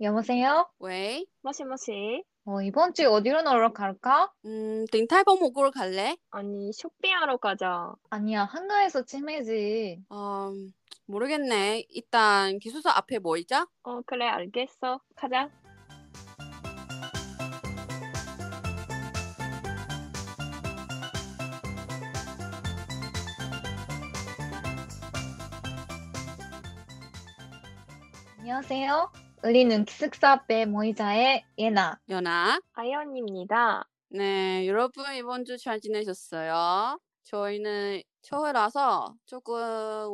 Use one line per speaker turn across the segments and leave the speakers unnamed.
여보세요?
왜?
머시머시.
어, 이번 주에 어디로 놀러 갈까?
음, 링탈버 목으로 갈래?
아니, 쇼핑하러 가자.
아니야, 한가해서 치매지.
어, 모르겠네. 일단 기숙사 앞에 뭐 모이자.
어, 그래, 알겠어. 가자.
안녕하세요. 우리는 기숙사 앞에 모이자의 예나.
연아.
아이언입니다.
네, 여러분 이번 주 잘 지내셨어요? 저희는 초회라서 조금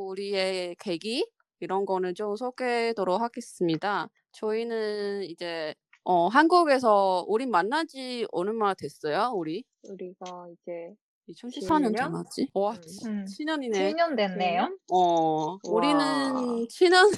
우리의 계기 이런 거는 좀 소개하도록 하겠습니다. 저희는 이제 어, 한국에서 우리 만난 지 얼마 됐어요? 우리
우리가 이제
2014년
칠년?
만났지? 와,
음.
음,
7년이네.
7년 됐네요.
어, 우리는 7년,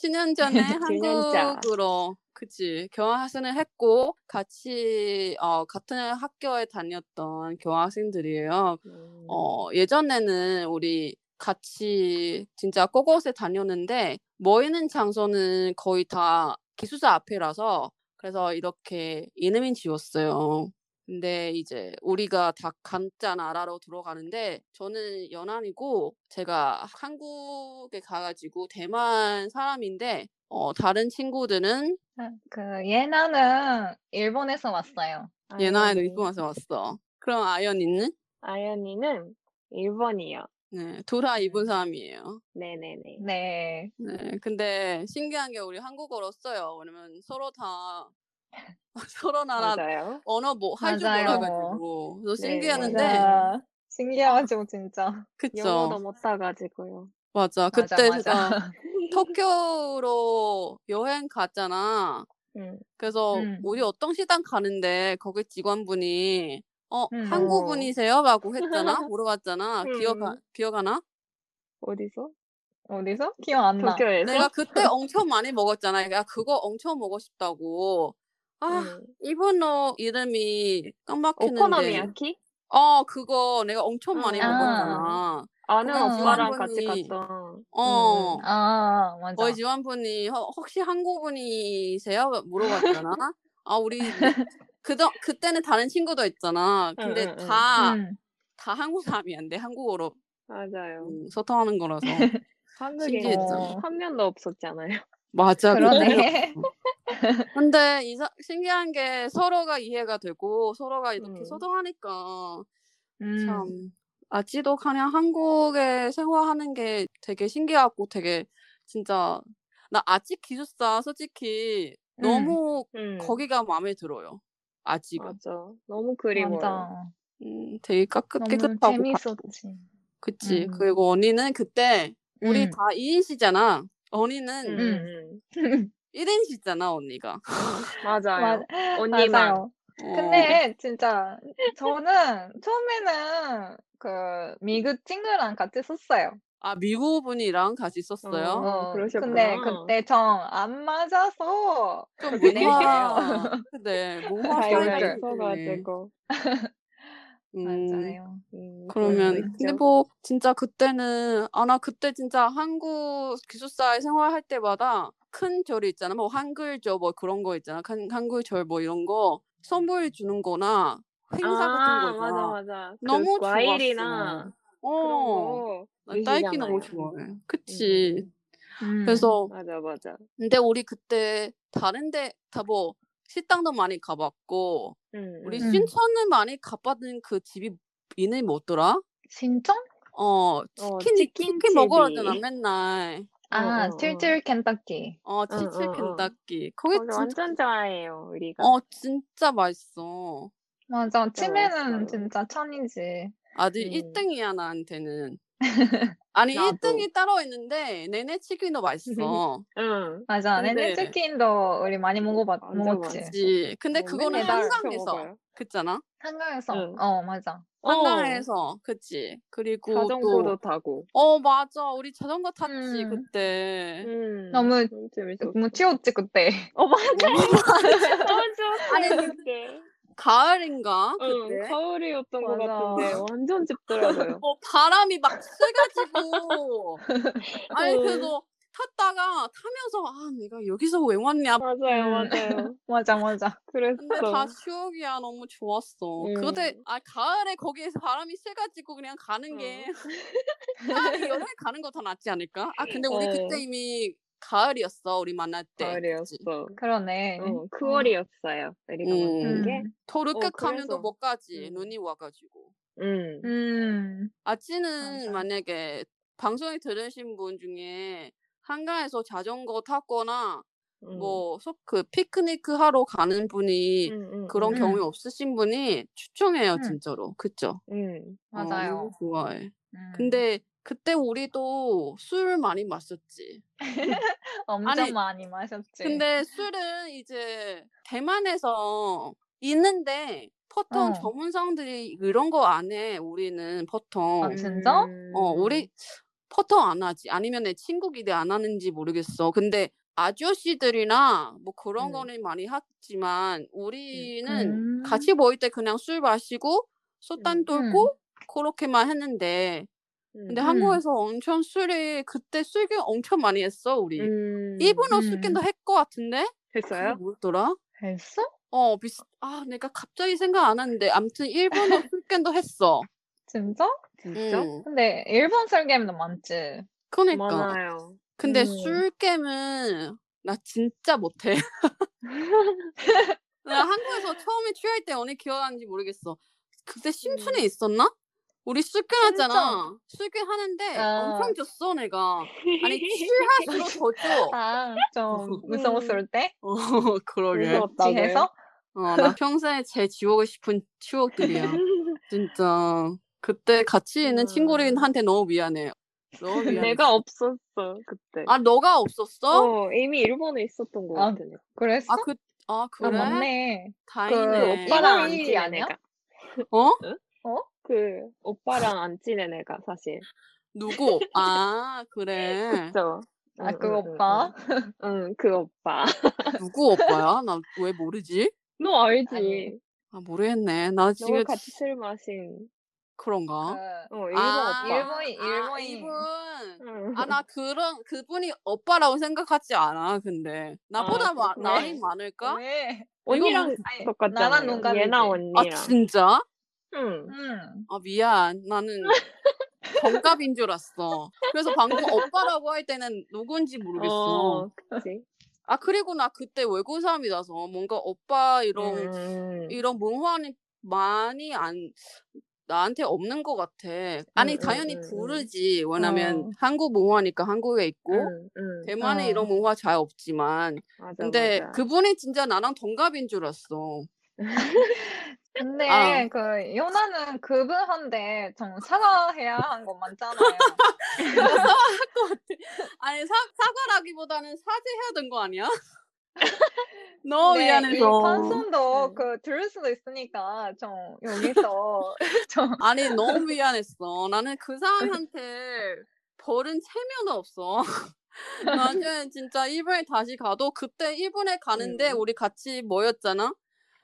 7년 전에
칠년차.
한국으로, 그치, 교환학생을 했고, 같이, 어, 같은 학교에 다녔던 교환학생들이에요.
음,
어, 예전에는 우리 같이 진짜 곳곳에 다녔는데, 모이는 장소는 거의 다 기숙사 앞이라서, 그래서 이렇게 이름이 지웠어요. 근데 이제 우리가 다 각자 나라로 들어가는데, 저는 연안이고, 제가 한국에 가가지고 대만 사람인데, 어, 다른 친구들은
그 예나는 일본에서 왔어요.
예나에서
아이언이. 네.
일본에서 왔어. 그럼 아연이는?
아이언이는 일본이요.
네, 돌아 입은 사람이에요.
네네네.
네.
네, 근데 신기한 게 우리 한국어로 써요. 왜냐면 서로 다 서로 나라
맞아요.
언어 뭐 할 줄
맞아요.
몰라가지고 그래서
네,
신기했는데
맞아요.
맞아. 신기하죠, 진짜.
영어도
그쵸
못 따가지고요.
맞아
맞아,
그때
맞아.
제가 도쿄로 여행 갔잖아.
음.
그래서
음.
우리 어떤 시장 가는데 거기 직원분이 어
음.
한국분이세요라고 했잖아 물어봤잖아
음.
기억 기억하나?
어디서?
어디서? 기억 안 나.
도쿄에서?
내가 그때 엄청 많이 먹었잖아. 야 그거 엄청 먹고 싶다고. 아
음.
일본어 이름이 깜빡했는데.
오코노미야키?
어, 그거 내가 엄청 많이
아.
먹었잖아.
아는
어,
오빠랑
일본이-
같이 갔던.
어.
음.
아, 맞아.
저희 직원분이 "허- 혹시 한국분이세요? 물어봤잖아. 아, 우리 그저 그때는 다른 친구도 있잖아. 근데
응, 응, 응.
다,
음.
다 한국 사람이 안 돼. 한국어로
맞아요.
음, 소통하는 거라서.
한국에
신기했죠.
한 명도 없었잖아요.
맞아.
그러네.
근데 이사, 신기한 게 서로가 이해가 되고 서로가 이렇게
음.
소통하니까
음.
참 아직도 그냥 한국에 생활하는 게 되게 신기하고 되게 진짜 나 아직 기숙사 솔직히
음.
너무
음.
거기가 마음에 들어요. 아직은
맞아. 너무 그리워요.
맞아.
음, 되게 깎,
너무
깨끗하고 가-
재밌었지.
그치
음.
그리고 언니는 그때 우리
음.
다 2인시잖아 언니는
음, 음.
일 1인시잖아 언니가
맞아요. 언니만.
맞아요.
어,
근데 진짜 저는 처음에는 그 미국 친구랑 같이 썼어요.
아 미국 분이랑 같이 있었어요
어, 그러셨구나.
근데 그때 정 안 맞아서
좀
그러게.
문화 네 문화
다이어트.
차이가
다이어트.
있네.
있어가지고.
음.
맞아요.
음, 그럴 수
그러면 근데
있죠.
뭐 진짜 그때는 아 나 그때 진짜 한국 기숙사에 생활할 때마다 큰 절이 있잖아 뭐 한글절 뭐 그런 거 있잖아 한, 한글절 뭐 이런 거 선물 주는 거나 행사
아,
같은 거 있잖아
맞아, 맞아. 그
너무
과일이나
그런
그런 거.
나 어, 딸기
드시잖아요.
너무 좋아해 그치
음,
그래서
맞아, 맞아.
근데 우리 그때 다른데 다 뭐 식당도 많이 가봤고
음,
우리
음.
신촌을 많이 가봤던 그 집이 이름이 뭐더라?
신청?
어,
어,
치킨, 치킨,
치킨집이.
먹으러 가잖아, 맨날.
아,
어, 어.
칠칠 kentucky
어,
응,
치칠
응, 응.
켄타키. 거기
거기
진짜,
완전 좋아해요, 우리가.
어, 진짜 맛있어.
맞아. 치매는
맛있어요.
진짜 천이지.
아직
음.
1등이야, 나한테는. 아니,
나도.
1등이 따로 있는데, 내내 치킨도 맛있어.
응.
맞아. 네네
근데-
치킨도 우리 많이 먹어봤
맞아,
먹었지.
맞아.
그치. 근데
어,
그거는
맨날
한강에서,
먹어요.
그잖아?
한강에서.
응.
어, 맞아.
어,
한강에서, 그치. 그리고
자전거도
또,
어. 타고.
어, 맞아. 우리 자전거 탔지,
음.
그때.
음,
너무-
너무 재밌었어.
너무 튀었지 뭐 그때.
어, 맞아. 너무 좋았어요, 그게.
가을인가? 그때.
응, 가을이었던 것
맞아.
같은데 완전 춥더라고요.
어, 바람이 막 쐬가지고 아니
어.
그래서 탔다가 타면서 아 내가 여기서 왜 왔냐
맞아요,
음.
맞아요.
맞아, 맞아.
근데 다
그랬어.
추억이야 너무 좋았어
그러니까. 음. 어.
그때 아 가을에 거기에서 바람이 세가지고 그냥 가는 게 차라리 여름에 가는 거 더 낫지 않을까 아 근데 우리
어.
그때 이미 가을이었어 우리 만날 때 그치?
가을이었어.
그러네.
어, 9월이었어요. 내리가
음.
먹는 게.
도르크
어,
가면도
그래서.
못 가지
음.
눈이 와가지고
음.
음.
아찌는
맞아.
만약에 방송에 들으신 분 중에 한강에서 자전거 탔거나
음.
뭐그 피크닉 하러 가는 분이
음, 음,
그런
음.
경험이 없으신 분이 추천해요
음.
진짜로 그죠?
음.
맞아요.
좋아해.
음.
근데 그때 우리도 술 많이 마셨지.
엄청
아니,
많이 마셨지.
근데 술은 이제 대만에서 있는데 보통
어.
전문상들이 이런 거 안 해. 우리는 보통
아, 음. 진짜?
어 우리 포터 안 하지. 아니면 내 친구끼리 안 하는지 모르겠어. 근데 아저씨들이나 뭐 그런
음.
거는 많이 하지만 우리는
음.
같이 모일 때 그냥 술 마시고 소단
음.
돌고 그렇게만 했는데 근데
음.
한국에서 엄청 술이 그때 술기 엄청 많이 했어 우리
음.
일본어
음.
술기도 했거 같은데 그게
됐어요?
뭐였더라?
했어?
어 비슷 아 내가 갑자기 생각 안 하는데 암튼 일본어 술기도 했어
진짜?
진짜?
음,
근데 일본 설계도 많지.
그러니까
많아요.
근데
음.
술 게임은 나 진짜 못해. 나 한국에서 처음에 취할 때 언니 기억하는지 모르겠어. 그때 심춘에
음.
있었나? 우리 술게 하잖아. 술게 하는데
아.
엄청 줬어 내가. 아니 취할수록 더 줘.
아, 좀
음.
무서웠을 때?
어 그러게.
무서워. 맞아요.
지해서?
어나 평소에 제 지우고 싶은 추억들이야. 진짜 그때 같이 있는
음.
친구들한테 너무 미안해. 너무 미안해.
내가 없었어 그때.
아 너가 없었어?
어 이미 일본에 있었던 것
아,
같은데.
그랬어?
아 그 아
아,
그래?
맞네.
다행이네.
그 오빠랑 안
일본인이
친해,
아니야?
내가?
어?
그 오빠랑 안 친해 내가 사실.
누구? 아 그래.
그죠?
아,
응,
그
응, 응,
오빠?
응, 응, 그 오빠.
누구 오빠야? 나 왜 모르지?
너 알지?
아니,
아 모르겠네. 나 지금
너가 같이 술 마신.
그런가?
어 일본
아,
오빠.
일본-
아,
일본인.
일본.
응.
아 나 그런 그분이 오빠라고 생각하지 않아. 근데 나보다
아,
마,
그래?
나이 많을까? 아,
왜?
언니랑
이거는-
아니,
똑같잖아.
나랑 동갑이지.
예나
아
언니랑.
진짜?
응.
응.
아 미안. 나는 정갑인 줄 알았어. 그래서 방금 오빠라고 할 때는 누군지 모르겠어.
어, 그치.
아 그리고 나 그때 외국 사람이라서 뭔가 오빠 이런
음.
이런 문화는 많이 안 나한테 없는 것 같아. 아니
음,
당연히
음, 음.
부르지. 왜냐면
어.
한국 문화니까 한국에 있고
응, 응.
대만에
어.
이런 문화 잘 없지만.
맞아,
근데
맞아.
그분이 진짜 나랑 동갑인 줄 알았어.
근데
아.
그 요나는 그분한테 좀 사과해야 한 거 많잖아요.
아니 사, 사과라기보다는 사죄해야 된 거 아니야?
네.
너무
근데 이
어, 미안해서. 네.
방송도
음.
그 들을 수도 있으니까 좀 여기서
네,
좀
아니 너무 미안했어. 나는 그 사람한테 벌은 체면도 없어. 나는 진짜 일본에 다시 가도 그때 일본에 가는데
음.
우리 같이 모였잖아.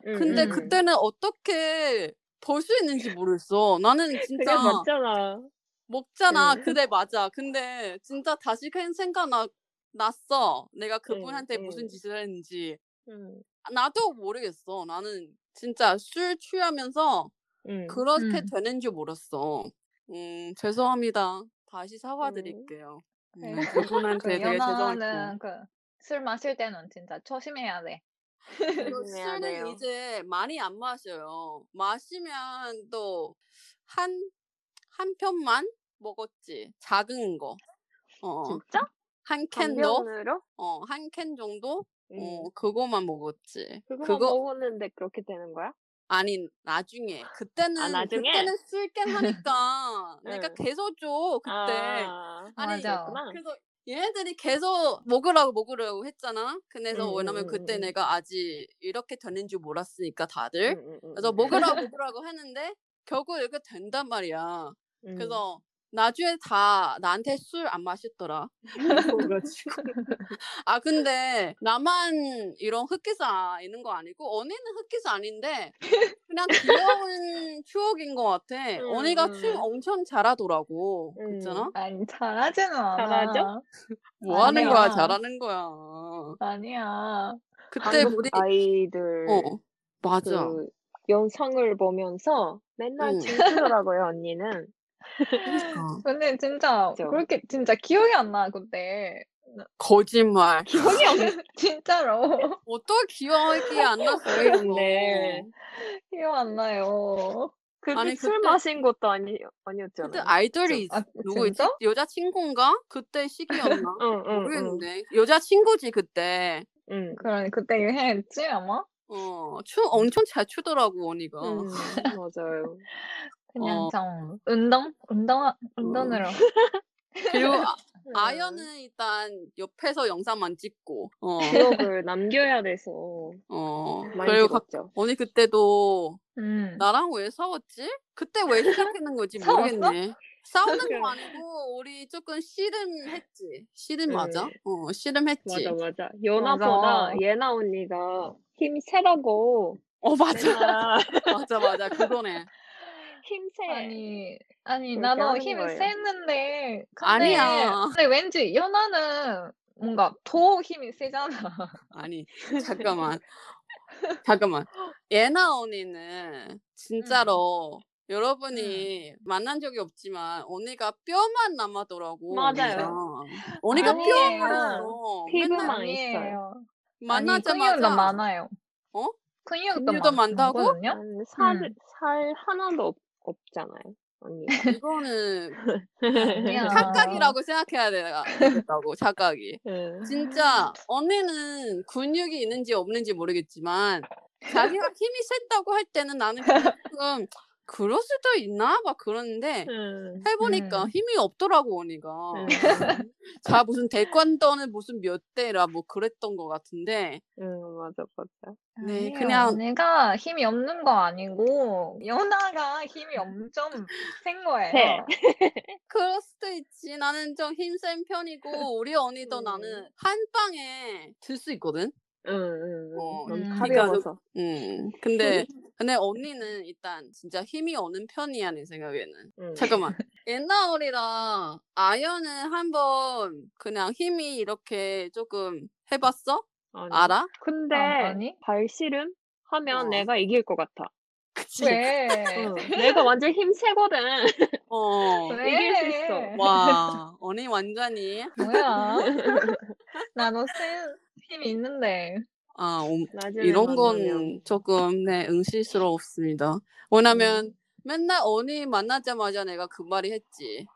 응,
근데
음.
그때는 어떻게 벌 수 있는지 모르겠어. 나는
그게
진짜
맞잖아.
먹잖아.
음.
그래 맞아. 근데 진짜 다시 큰 생각 나, 났어. 내가 그분한테
음.
무슨 짓을 했는지
응.
아, 나도 모르겠어. 나는 진짜 술 취하면서
응.
그렇게
음.
되는 줄 몰랐어. 음 죄송합니다.
네.
다시 사과드릴게요. 음,
네.
그분한테
그
되게 죄송했고.
네,
요나는 그 술 마실 때는 진짜 조심해야 돼.
그
조심해야
술은
돼요.
이제 많이 안 마셔요. 마시면 또 한 한 편만 먹었지. 작은 거. 어,
진짜?
한 캔도.
강변으로?
어, 한 캔 정도?
응.
어, 그거만 먹었지.
네. 그거만
그거
먹었는데 그렇게 되는 거야?
아니 나중에. 그때는
나중에?
그때는 술캔 하니까
응.
내가 계속 줘. 그때.
아,
아니,
맞아.
그렇구나.
그래서 얘네들이 계속 먹으라고 먹으라고 했잖아. 그래서
음,
왜냐면
음,
그때
음.
내가 아직 이렇게 되는 줄 몰랐으니까 다들.
응, 응, 응,
그래서
응.
먹으라고 먹으라고 했는데 결국 이렇게 된단 말이야.
응.
그래서 나중에 다 나한테 술 안 마시더라.
그래가지고.
아 근데 나만 이런 흑기사 있는 거 아니고 언니는 흑기사 아닌데 그냥 귀여운 추억인 것 같아.
음,
언니가
음.
춤 엄청 잘하더라고.
음.
있잖아.
아니 잘하지는 않아.
잘하죠?
뭐 하는 거야?
아니야.
잘하는 거야.
아니야.
그때
한국
우리
아이들
어 맞아.
그 영상을 보면서 맨날
음.
춤추더라고요 언니는.
근데 진짜
그죠.
그렇게 진짜 기억이 안 나 그때.
거짓말.
기억이 안 진짜로
어떻게 기억이 안 났어 이거.
네.
기억 안 나요.
그때
아니,
술
그때-
마신 것도 아니 아니었잖아.
그때 아이돌이
아,
누구 있지?
진짜?
여자 친구인가? 그때 시기였나?
응, 응,
모르겠는데 여자 친구지 그때.
응.
그런 그때 유행했지 아마.
어, 춤 엄청 잘 추더라고 언니가.
응. 맞아요.
그냥
어.
좀 운동 운동 운동으로.
그리고 아, 아연은 일단 옆에서 영상만 찍고. 어,
기억을 남겨야 돼서
어.
많이
그리고 각,
들었죠.
언니 그때도
음.
나랑 왜 싸웠지? 그때 왜 시작했는 건지
싸웠어?
모르겠네. 싸우는 거 아니고 우리 조금 씨름했지. 씨름
음.
맞아? 어, 씨름했지.
맞아 맞아. 연아보다
맞아.
예나 언니가 힘 세라고
어 맞아.
맨날
맞아 맞아 그거네.
힘세.
아니 아니
네. 그렇게
나도
하는
힘이
거예요.
셌는데 근데,
아니야.
근데 왠지 연아는 뭔가 더 힘이 세잖아.
아니 잠깐만 잠깐만 예나 언니는 진짜로 여러분이 만난 적이 없지만 언니가 뼈만 남아더라고
맞아요.
언니가. 언니가
아니에요.
뼈만 남았어
피부만
맨날
아니에요. 아니, 근육도
만나자마자
많아요.
어?
근육도,
근육도
많-
많다고?
많거든요?
음, 살,
음.
살 하나도 없, 없잖아요 언니가.
이거는
아니야.
착각이라고 생각해야 되겠다고 착각이
응.
진짜 언니는 근육이 있는지 없는지 모르겠지만 자기가 힘이 센다고 할 때는 나는 조금 그럴 수도 있나 막 그러는데
응.
해보니까
음.
힘이 없더라고 언니가
응.
자 무슨 대관도는 무슨 몇 대라 뭐 그랬던 것 같은데
응, 맞아, 맞아.
네,
아니에요.
그냥-
내가 힘이 없는 거 아니고 연아가
음.
힘이 엄청 센 거예요. 어,
세.
그럴 수도 있지 나는 좀 힘 센 편이고 우리 언니도
음.
나는 한 방에 들 수 있거든
응, 응.
어,
너무
음.
가벼워서.
음 근데 근데 언니는 일단 진짜 힘이 없는 편이야 내 생각에는
응.
잠깐만. 옛날이랑 아연은 한번 그냥 힘이 이렇게 조금 해봤어?
아니. 어,
알아?
근데
아, 아니?
발씨름 하면
어.
내가 이길 것 같아.
그치?
왜?
응. 내가 완전 힘 세거든.
어. 뭐?
왜?
이길 수 있어.
와, 언니 완전히.
뭐야? 나도 센 힘이 있는데.
아, 옴-
나중에
이런
만나면.
건 조금, 네, 응시스럽습니다. 왜냐면 맨날 언니 만나자마자 내가 그 말이 했지.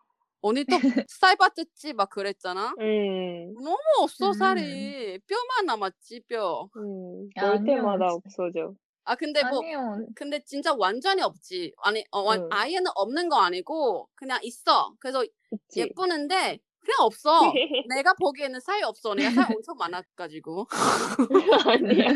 언니 또 쌀 빠졌지? 막 그랬잖아?
응.
너무 없어, 살이. 뼈만 남았지, 뼈.
응.
야,
볼
아니요,
때마다
진짜.
없어져.
아, 근데 뭐,
아니요.
근데 진짜 완전히 없지. 아니, 어, 완-
응.
아예는 없는 거 아니고 그냥 있어. 그래서
있지.
예쁘는데 그냥 없어. 내가 보기에는 살이 없어. 내가 살 엄청 많아가지고.
아니야.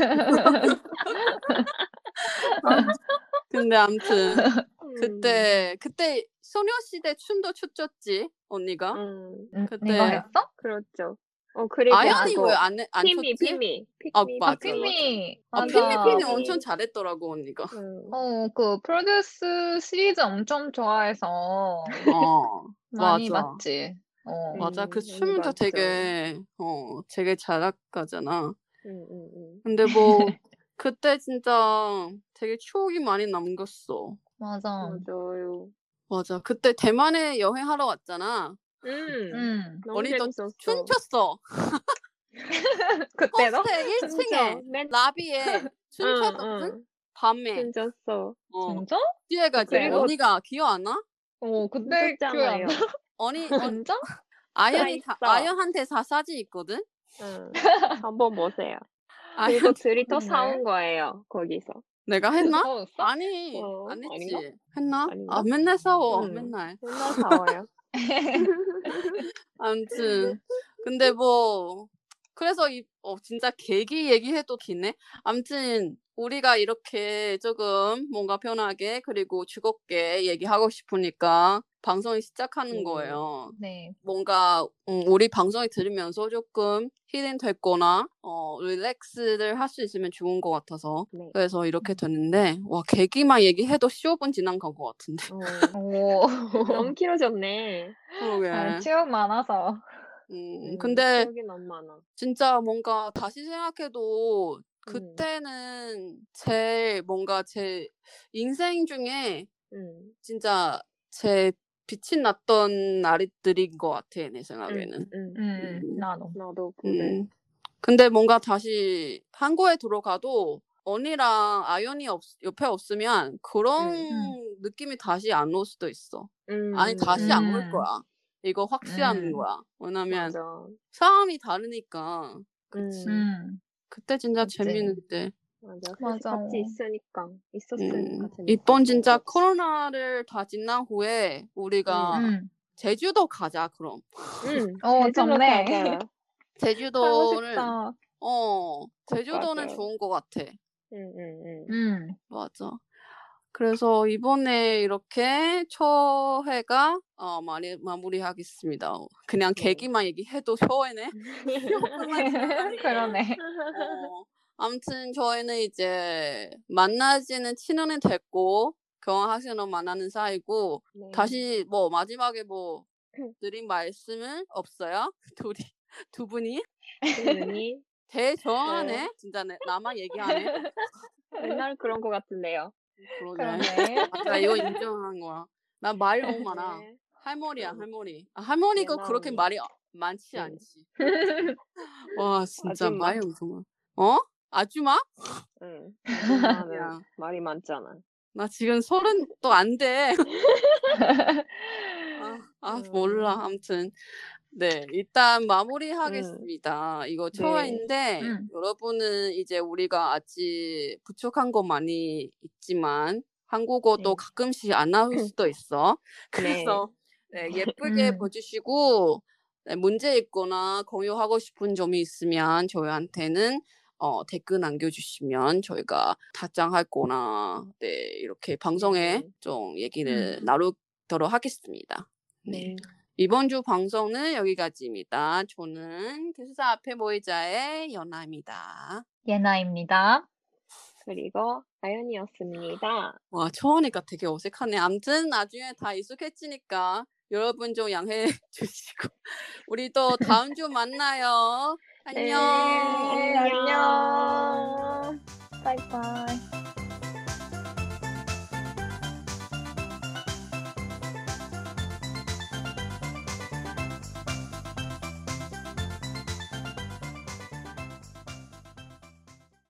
근데 아무튼
음.
그때 그때 소녀시대 춤도 췄었지 언니가.
응.
음,
그때
내가 했어?
그렇죠. 어, 그리고
아연이
그거.
왜안안 췄지?
피미, 피미.
아,
피미,
맞아,
피미.
피미.
아,
맞아.
피미 피미
피미.
엄청 잘했더라고 언니가.
응.
어, 그 프로듀스 시리즈 엄청 좋아해서
어
많이
맞아.
봤지. 어.
음.
맞아 그
언니
춤도
맞죠.
되게 어 되게 잘하잖아.
응, 응, 응.
근데 뭐 그때 진짜 되게 추억이 많이 남겼어.
맞아.
음. 맞아요.
맞아. 그때 대만에 여행하러 왔잖아.
응.
음.
너무
머리도
재밌었어.
춤췄어.
그때도?
호스텔 1층에
맨
라비에 춤췄거든.
응,
밤에.
춤췄어.
어.
진짜?
뒤에가지고
그리고-
언니가 기억 안 나?
어,
네,
그때 기억 안
춤췄잖아요.
나.
언니 언-
진짜?
아연이 다,
있어.
아연한테 다 사진 있거든.
응. 한번 보세요.
아연
그리고 둘이 또
네.
사온 거예요. 거기서.
내가 했나?
어, 싸-
아니
어,
안 했지.
아닌가?
했나?
아닌가?
아 맨날 싸워.
음.
맨날.
맨날
네.
사와요.
아무튼 근데 뭐 그래서 이, 어, 진짜 계기 얘기해도 기네. 암튼 우리가 이렇게 조금 뭔가 편하게 그리고 즐겁게 얘기하고 싶으니까 방송이 시작하는
음.
거예요.
네.
뭔가 음, 우리 방송이 들으면서 조금 힐링 됐거나 어, 릴렉스를 할 수 있으면 좋은 것 같아서
네.
그래서 이렇게 됐는데 와 계기만 얘기해도 15분 지난 것 같은데
어,
오,
너무
음,
길어졌네.
그러게.
아, 추억 많아서.
음,
네,
음,
근데
기억이 너무 많아.
진짜 뭔가 다시 생각해도
네.
음.
그때는 제일 뭔가 제 인생 중에
음.
진짜 제 빛이 났던 날들인 것 같아 내 생각에는.
음, 음.
음,
음.
나도.
나도
음.
그래.
근데 뭔가 다시 한국에 들어가도 언니랑 아연이 없, 옆에 없으면 그런
음.
느낌이 다시 안 올 수도 있어.
네. 음.
아니 다시 안
음.
올 거야. 이거 확실한
음.
거야. 왜냐면
맞아. 음,
사람이 다르니까.
그치.
음.
그때 진짜
그치.
재밌는데.
맞아.
맞아.
맞아. 같이 있으니까 있었으니까.
음,
재밌었어.
이번 진짜 코로나를 다 지난 후에 우리가
음.
제주도 가자 그럼.
음.
어,
제주도
좋네.
가자.
하고
제주도는
싶다.
어 제주도는
맞아요.
좋은 것 같아.
음, 음, 음.
음.
맞아. 그래서 이번에 이렇게 초회가 어, 마리, 마무리하겠습니다. 어, 그냥
네.
계기만 얘기해도 초회네.
그러네.
어, 아무튼 저희는 이제 만나지는 친언이 됐고 경험하시는 만나는 사이고
네.
다시 뭐 마지막에 뭐 드린 말씀은 없어요? 둘이 두 분이
친구니?
대정하네 진짜 내- 나만 얘기하네
맨날 그런 것 같은데요.
그러네
그러네.
아까 이거 인정한 거야 나 말 너무 많아
네.
할머니야
음.
할머니 아, 할머니가
내
그렇게
마음이.
말이 어- 많지
음.
않지 와 진짜
아줌마.
말이 엄청 많아 어? 아줌마?
응. 아,
야.
나는 말이 많잖아.
나 지금 서른 또 안 돼. 아, 아,
음.
몰라. 아무튼 네 일단 마무리하겠습니다.
네.
이거 초화인데
음.
여러분은 이제 우리가 아직 부족한 거 많이 있지만
네.
한국어도 가끔씩 안 나올 수도 있어.
네.
그래서 네, 예쁘게
음.
봐주시고 네, 문제 있거나 공유하고 싶은 점이 있으면 저희한테는 어, 댓글 남겨주시면 저희가 답장하거나 네, 이렇게 방송에
음.
좀 얘기를
음.
나누도록 하겠습니다. 네. 이번 주 방송은 여기까지입니다. 저는 기숙사 앞에 모이자의 연아입니다.
예나입니다.
그리고 아연이었습니다.
와, 처음이니까 되게 어색하네. 암튼 나중에 다 익숙해지니까 여러분 좀 양해해 주시고 우리 또 다음 주 만나요.
네.
안녕.
네, 안녕. 바이바이.